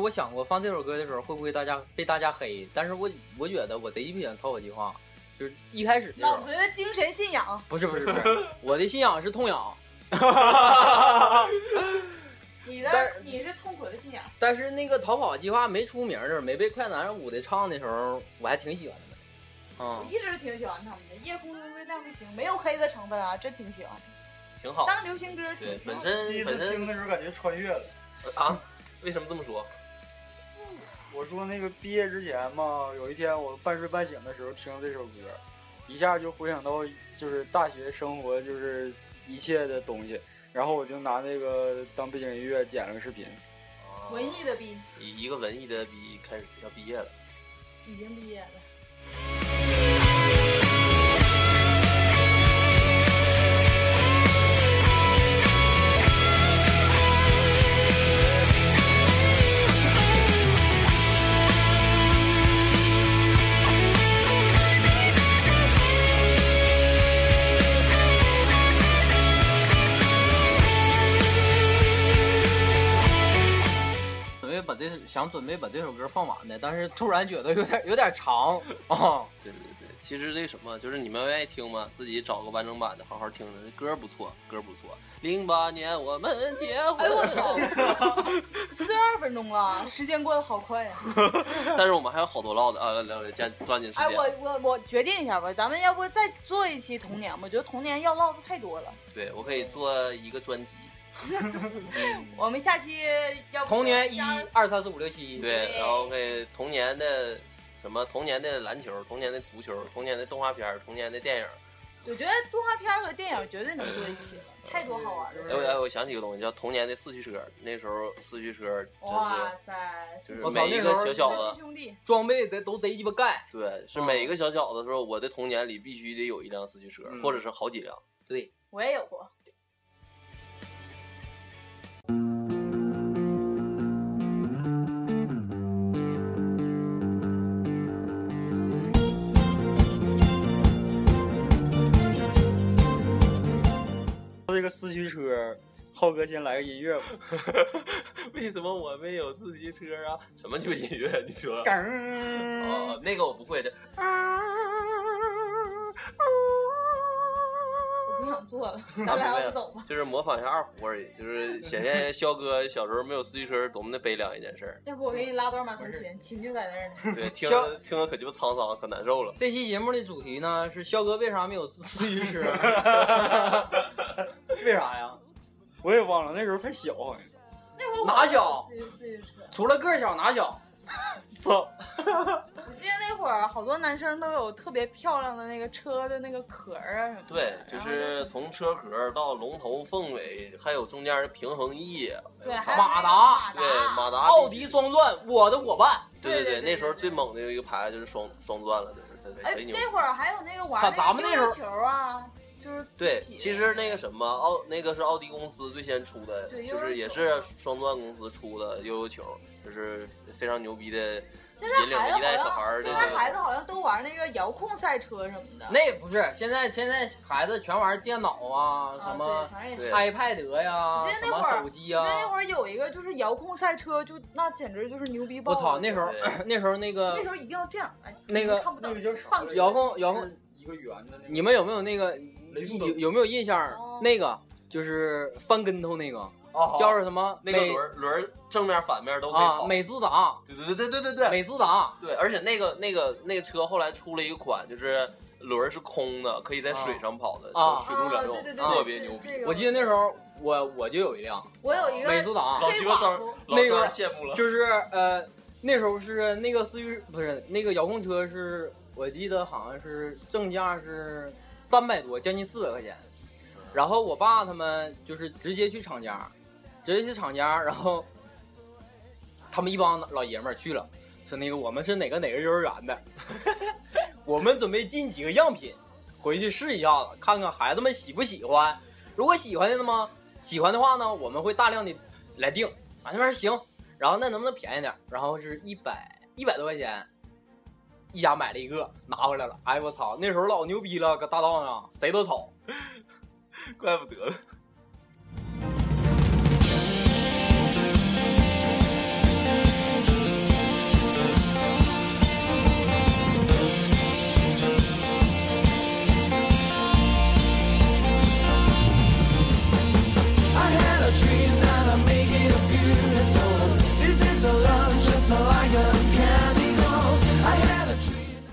E: 我想过放这首歌的时候会不会大家被大家黑，但是我我觉得我贼不想逃跑计划，就是一开始的时
B: 老
E: 候
B: 子的精神信仰，
E: 不是不是不是，我的信仰是痛痒，
B: 你
E: 但
B: 的
E: 是
B: 你是痛苦的信仰。
E: 但是那个逃跑计划没出名的时候，没被快男舞的唱的时候，我还挺喜欢的。
B: 我
C: 嗯
D: 啊，
B: 一直挺喜欢他们的，夜空中最亮的星，没有黑的成分啊，真挺喜欢。
C: 挺好。
B: 当流行歌
C: 哦对
B: 听，。
C: 本
D: 第一
C: 身
D: 次
C: 本
D: 听
C: 身
D: 的时候感觉穿越了。
C: 啊，为什么这么说？
D: 我说那个毕业之前嘛，有一天我半睡半醒的时候听这首歌，一下就回想到就是大学生活就是一切的东西，然后我就拿那个当背景音乐剪了个视频。
C: 啊
B: 文艺的逼
C: 一一个文艺的逼开始要毕业了，
B: 已经毕 业了。
E: 准备把这想准备把这首歌放完的，但是突然觉得有点有点长啊。
C: 对对对，其实这什么，就是你们愿意听吗？自己找个完整版的，好好听着，歌不错，歌不错。零八年我们结婚，
B: 哎呦我操！四十二分钟了，时间过得好快啊呀、
C: 但是我们还有好多唠的啊，聊聊加抓紧时
B: 哎，
C: 间。
B: 我我我决定一下吧，咱们要不再做一期童年吧？我觉得童年要唠的太多了。
C: 对我可以做一个专辑，嗯
B: 我们下期要不
E: 童年一
B: 加
E: 二三四五六七，
C: 对，
B: 对
C: 然后可以童年的什么，童年的篮球，童年的足球，童年的动画片儿，童年的电影。
B: 我觉得动画片和电影绝对能做一 期了，太多好玩的
C: 哎，我
B: 事
C: 哎，
B: 儿。
C: 我想起一个东西，叫童年的四驱车。那时候四驱车真
B: 哇
C: 是
B: 塞，
C: 就
B: 四
C: 是
E: 我操
C: 每一个
E: 那时候
C: 小
B: 四
C: 小子
B: 驱，兄弟，
E: 装备贼都贼鸡巴盖。
C: 对，是每一个小小子说，我的童年里必须得有一辆四驱车，
E: 嗯
C: 或者是好几辆。
E: 对，
B: 我也有过。
D: 说这个四驱车，浩哥先来个音乐吧，
C: 为什么我没有自行车啊？什么就音乐？你说？啊
D: 嘎
C: 哦，那个我不会，这
B: 我不想做 了，咱俩要不走 吧？
C: 就是模仿一下二胡而已，就是显现肖哥小时候没有四驱车多么的悲凉一件事儿。
B: 要不我给你拉段马头琴，琴就在那 儿呢。
C: 对，听
E: 肖
C: 着听着可鸡巴沧桑，可难受了。
E: 这期节目的主题呢是肖哥为啥没有四四驱车？啊为啥呀？
D: 我也忘了那时候太小，好像。
B: 那会儿我
E: 哪小
B: 自己自己车，
E: 除了个儿小哪小？
D: 操，
B: 我记得那会儿好多男生都有特别漂亮的那个车的那个壳儿啊什么的。
C: 对，就
B: 然后
C: 是从车壳到龙头凤尾，还有中间的平衡翼，
B: 对，还有那
E: 马
B: 个
E: 达
C: 对，马达、
E: 奥迪双钻，我的伙伴。
C: 对
B: 对对
C: 对，
B: 对
C: 那时候
B: 对
C: 最猛的有一个牌就是双双钻了，就是
B: 哎
C: 贼，贼牛逼。
B: 那会儿还有那个玩
E: 看咱们那
B: 那
E: 时
B: 个
E: 候
B: 溜溜球啊，就是
C: 对，
B: 起
C: 其实那个什么奥，那个是奥迪公司最先出的
B: 对，
C: 就
B: 悠悠
C: 是也
B: 球
C: 是双钻公司出的悠悠球，就是非常牛逼的，
B: 现在
C: 引领了一代
B: 孩子
C: 小孩
B: 好像
C: 儿
B: 现
C: 这
B: 在
C: 个
B: 孩子好像都玩那个遥控赛车什么的。
E: 那也不是，现在现在孩子全玩电脑啊，
B: 啊
E: 什
B: 对
E: 么
B: 反正也
C: 对
B: 是。
E: iPad 呀
B: 我记，得
E: 什
B: 那会
E: 么
B: 儿
E: 手机啊
B: 我记得那
E: 呀。
B: 会儿有一个就是遥控赛车，就那简直就是牛逼爆
E: 我
B: 了！
E: 操，那时候
C: 对
E: 那时候那个
B: 那时候一定要这样，哎，
E: 那个
B: 看不到
D: 那个叫啥
B: 放
D: 来
B: 置
D: 着
E: 遥控遥控
D: 是一个圆的那个。
E: 你们有没有那个
D: 雷速
E: 有
D: 登
E: 有没有印
B: 哦
E: 象？那个就是翻跟头那个，
C: 哦
E: 叫是什么？
C: 那个
E: 美
C: 轮儿轮儿正面反面都可以
E: 啊，
C: 跑。
E: 美兹达，
C: 对对对对对对对
E: 美兹达，
C: 对，而且那个那个那个车后来出了一个款，就是轮儿是空的，可以在水上跑的，
E: 啊
C: 就水陆两
B: 啊
C: 用，
B: 对对对
C: 特别
B: 这
C: 牛逼。
B: 这个
E: 我记得那时候我我就有一辆
B: 我有一个
E: 美兹达，
C: 老
B: 黑
C: 鸡巴
B: 寡
C: 招
B: 妇，
C: 老
E: 那
C: 招
E: 个
C: 人羡慕了。
E: 就是呃那时候是那个思域不是那个遥控车是我记得好像是正价是三百多，将近四百块钱。然后我爸他们就是直接去厂家，直接去厂家，然后他们一帮老爷们儿去了，说那个我们是哪个哪个幼儿园的， 我们准备进几个样品回去试一下子，看看孩子们喜不喜欢。如果喜欢的吗？喜欢的话呢，我们会大量的来定。啊，那边行，然后那能不能便宜点儿？然后是一百一百多块钱，一家买了一个，拿回来了。哎我操，那时候老牛逼了，搁大道上谁都瞅。
C: 怪不得呢。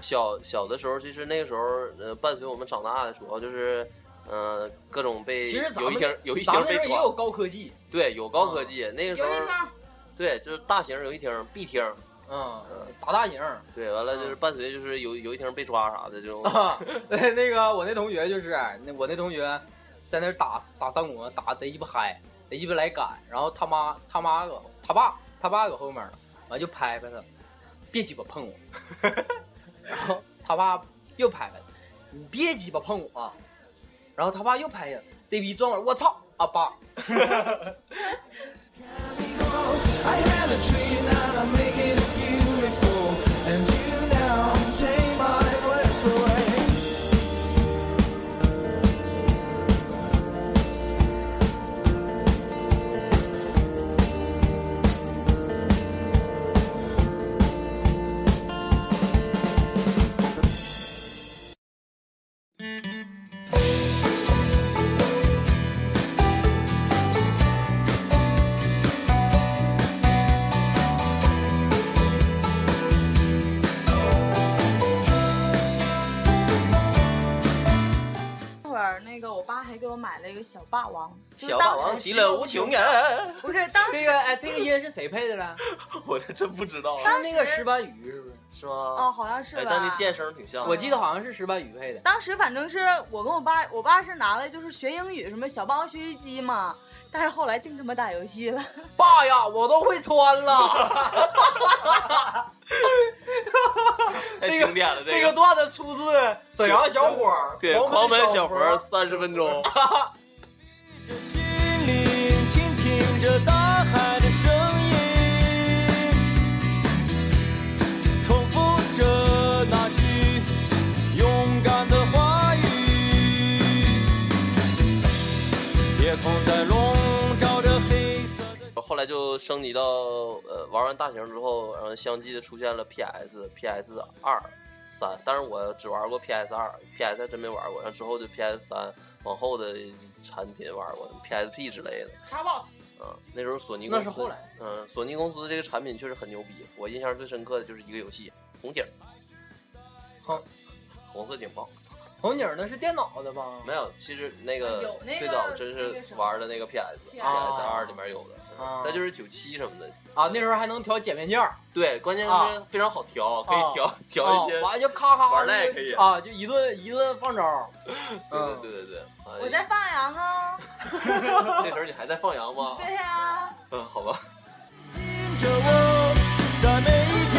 C: 小小的时候，其实那个时候，呃，伴随我们长大的主要就是，呃，各种被
E: 其实咱
C: 有
E: 们
C: 一厅有一
E: 咱
C: 厅
E: 们
C: 被
E: 这儿也
C: 抓
E: 有，高科技，
C: 对，有高科技。那个时
H: 有
C: 候，
H: 一张
C: 对，就是大型游戏厅、B 厅，
E: 嗯，打大营。
C: 对，完了就是伴随就是有有一厅被抓啥的这种。
E: 啊，那个我那同学就是，哎那我那同学在那儿打打三国，打得贼鸡巴嗨，贼鸡巴来赶，然后他妈他妈搁他爸他爸搁后面儿，完就拍拍他，别鸡巴碰我，然后他爸又拍拍他，你别鸡巴碰我、然后他爸又拍他，这逼转过来，我操，啊爸，
I: I had a dream that I'd make it beautiful, and you now take my breath away.
H: 那会儿那个我爸还给我买了一个小霸王，就是
C: 小霸
H: 当时
C: 王
H: 是
C: 其乐无穷啊！
H: 不是当时
E: 这个哎这个音是谁配的了？
C: 我这真不知道啊，
E: 是那个石斑鱼是不是？
C: 是吗？
H: 哦，好像是
C: 哎，
H: 吧？
C: 但那剑声挺像的。
E: 我记得好像是石斑鱼配的。
H: 当时反正是我跟我爸，我爸是拿来就是学英语什么小霸王学习机嘛，但是后来净他妈打游戏了。
E: 爸呀，我都会穿了。
C: 太
E: 这个
C: 经典了，
E: 这
C: 个
E: 个段子出自沈阳小伙儿，
C: 对，狂奔小佛三十分 钟。
I: 心里倾听着大海的声音，重复着那句勇敢的话语。夜空在笼罩着黑色的。
C: 后来就升级到呃，玩完大型之后，然后相继的出现了 PS、PS 二、三，但是我只玩过 PS 二，PS 还真没玩过。然后之后就 PS 三往后的产品玩过，PSP 之类的。嗯，那时候索尼公
E: 那
C: 司
E: 是后来。
C: 嗯，索尼公司这个产品确实很牛逼。我印象最深刻的就是一个游戏《红警》，嗯
E: 红
C: 红色警报。
E: 红警那是电脑的吧？
C: 没有，其实那个
H: 有那个
C: 最早
H: 那
C: 真
H: 个
C: 是
H: 什么
C: 玩的那个 PS、PS
E: 啊
C: 二里面有的，
E: 啊
C: 嗯再就是九七什么的。
E: 啊，那时候还能调剪面件儿，
C: 对，关键是
E: 啊
C: 非常好调，可以调调
E: 啊
C: 一些。
E: 完了就咔咔
C: 玩赖
E: 就
C: 可以
E: 啊，就一顿一顿放招。嗯
C: 对对对对对。哎
H: 我在放羊啊，
C: 这时候你还在放羊吗？
H: 对呀、
C: 嗯，好 吧。
I: 跟着我，在每一天，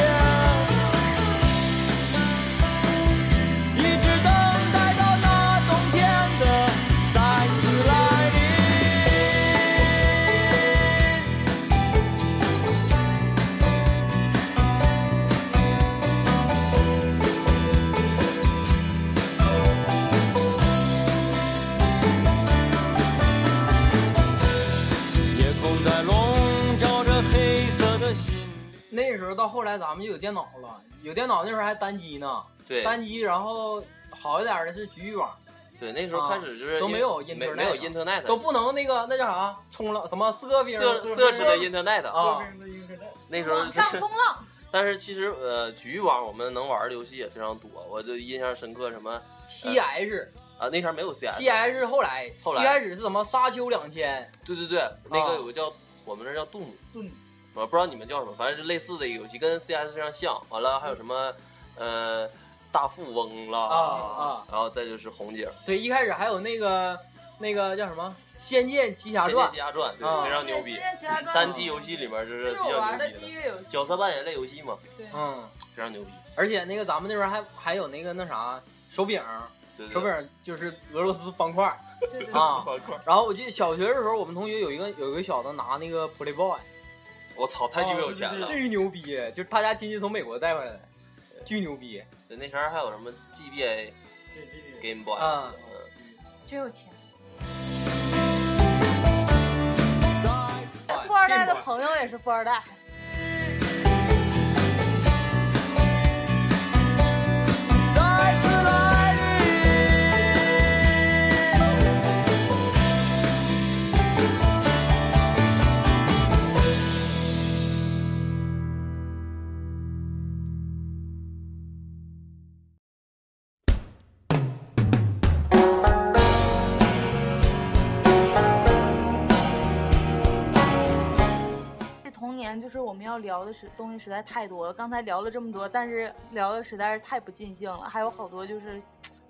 I: 一直等待到那冬天的再次来临。夜空在笼罩着黑色的心灵。
E: 那时候到后来咱们就有电脑了，有电脑那时候还单机呢，
C: 对
E: 单机然后好一点的是局域网，
C: 对，那时候开始就是
E: 啊都没有
C: 因
E: internet
C: 没没有
E: 啊
C: internet，
E: 都不能那个那叫啥冲浪什么色兵
C: 色色式的 internet 啊。
E: 啊，
C: 那时候
H: 往
C: 就
H: 上
C: 是
H: 冲浪，
C: 但是其实呃，局域网我们能玩的游戏也非常多，我就印象深刻什么
E: CS
C: 啊，那前没有 CS，
E: CS 后来
C: 后来
E: 一开始是什么沙丘两千，
C: 对对对，那个有个叫我们这叫杜姆，
E: 啊杜姆，
C: 我不知道你们叫什么，反正是类似的一个游戏，跟 CS 非常像。完了还有什么呃大富翁啦
E: 啊啊，
C: 然后再就是红警、
E: 对，一开始还有那个那个叫什么《仙剑奇侠
C: 仙
E: 传
C: 剑奇》侠传，对，
E: 啊
C: 非常牛逼
H: 现。在其他专
C: 单机游戏里面就
H: 这
C: 是
H: 是
C: 比
H: 我
C: 较
H: 玩的
C: 牛
H: 第
C: 逼
H: 一
C: 的，
H: 个游戏，
C: 角色扮演类游戏嘛，
H: 对，
E: 嗯，
C: 非常牛逼。
E: 而且那个咱们那边还还有那个那啥手柄儿，
C: 对对
E: 手柄儿就是俄罗斯方块儿
H: 对对对
E: 啊。
C: 方块，
E: 然后我记得小学的时候，我们同学有一个有一个小子拿那个 Play Boy，
C: 我操，太鸡巴有钱了。
E: 巨牛逼，就是他家亲戚从美国带回来的，巨牛逼。
C: 对，那前儿还有什么 GBA、Game Boy，
E: 啊
C: 嗯
H: 真有钱。
E: 啊
H: 富二代的朋友也是富二代，
I: 再次来临。
B: 天就是我们要聊的是东西实在太多了，刚才聊了这么多，但是聊的实在是太不尽兴了，还有好多就是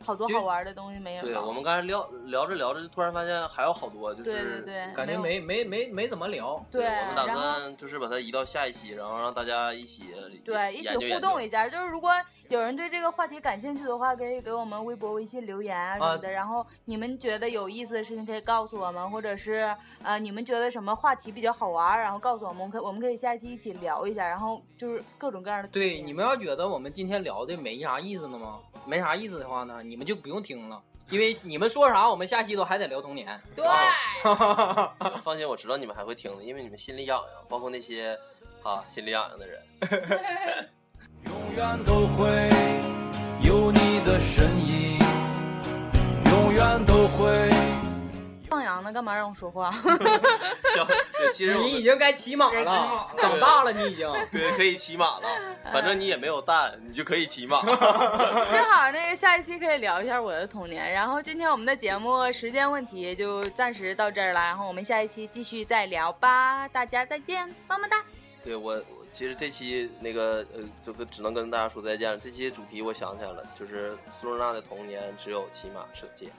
B: 好多好玩的东西没有
C: 对，
B: 聊。
C: 我们刚才聊聊着聊着，就突然发现还有好多，就是
B: 对对对，
E: 感觉
B: 有
E: 没没没没怎么聊。
B: 对，
C: 我们打
B: 然后。
C: 算就是把它移到下一期，然后让大家一起
B: 对，一
C: 研
B: 起
C: 究研
B: 互
C: 究
B: 动一下。就是如果有人对这个话题感兴趣的话，可以给我们微博、微信留言啊什么的。然后你们觉得有意思的事情可以告诉我们，或者是呃你们觉得什么话题比较好玩儿，然后告诉我们，我们可我们可以下一期一起聊一下。然后就是各种各样的。
E: 对，你们要觉得我们今天聊的没啥意思呢吗？没啥意思的话呢，你们就不用听了，因为你们说啥，我们下期都还得聊童年。
B: 对，
C: 放心，我知道你们还会听的，因为你们心里痒痒，包括那些啊心里痒痒的人。
G: 永远都会有你的身影，永远都会。
B: 放羊呢，干嘛让我说话？
C: 小，对其实我
E: 你已
C: 们
E: 经该骑马
J: 该骑
E: 了
J: 马，了
E: 长大了你已经。
C: 对可以骑马了，反正你也没有蛋，你就可以骑马。
B: 正好那个下一期可以聊一下我的童年。然后今天我们的节目时间问题就暂时到这儿了，然后我们下一期继续再聊吧。大家再见，么么哒。
C: 对我，我其实这期那个呃，就跟只能跟大家说再见了。这期主题我想起来了，就是苏若娜的童年只有骑马、射箭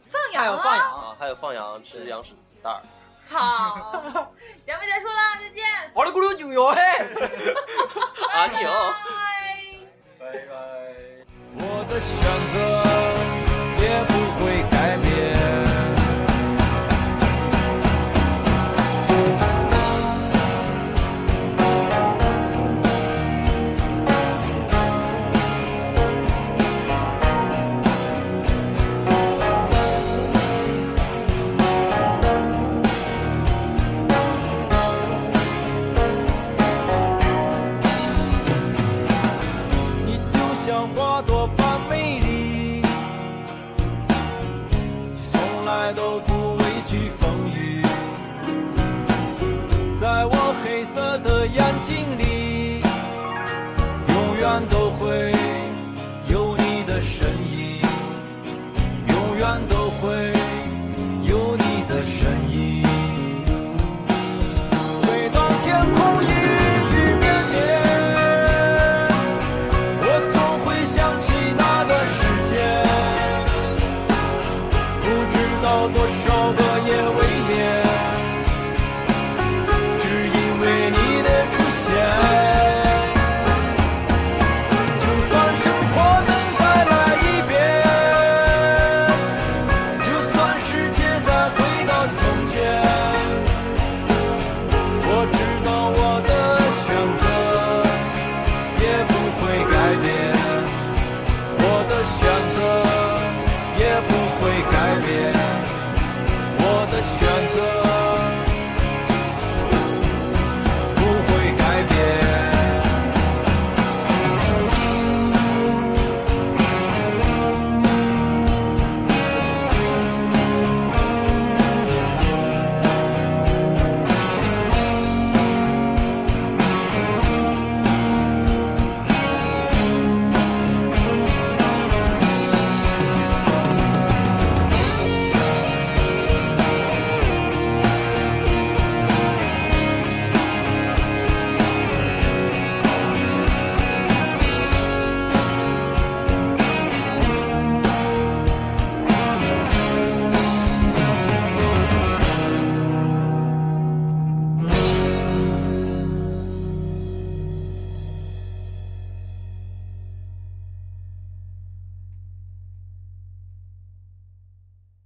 B: 放
E: 还
B: 羊
E: 有
B: 啊！
E: 放羊，
C: 啊，还有放羊、吃羊屎蛋儿。
B: 好，节目结束了，再见，
E: 我的咕噜酒哟嘿。
C: 啊，你有。
B: 拜。
J: 拜拜。
G: 我的选择也不会改变。你就像花朵般美丽，却从来都不畏惧风雨。在我黑色的眼睛里，永远都会有你的身影，永远都会有你的身影。每当天空阴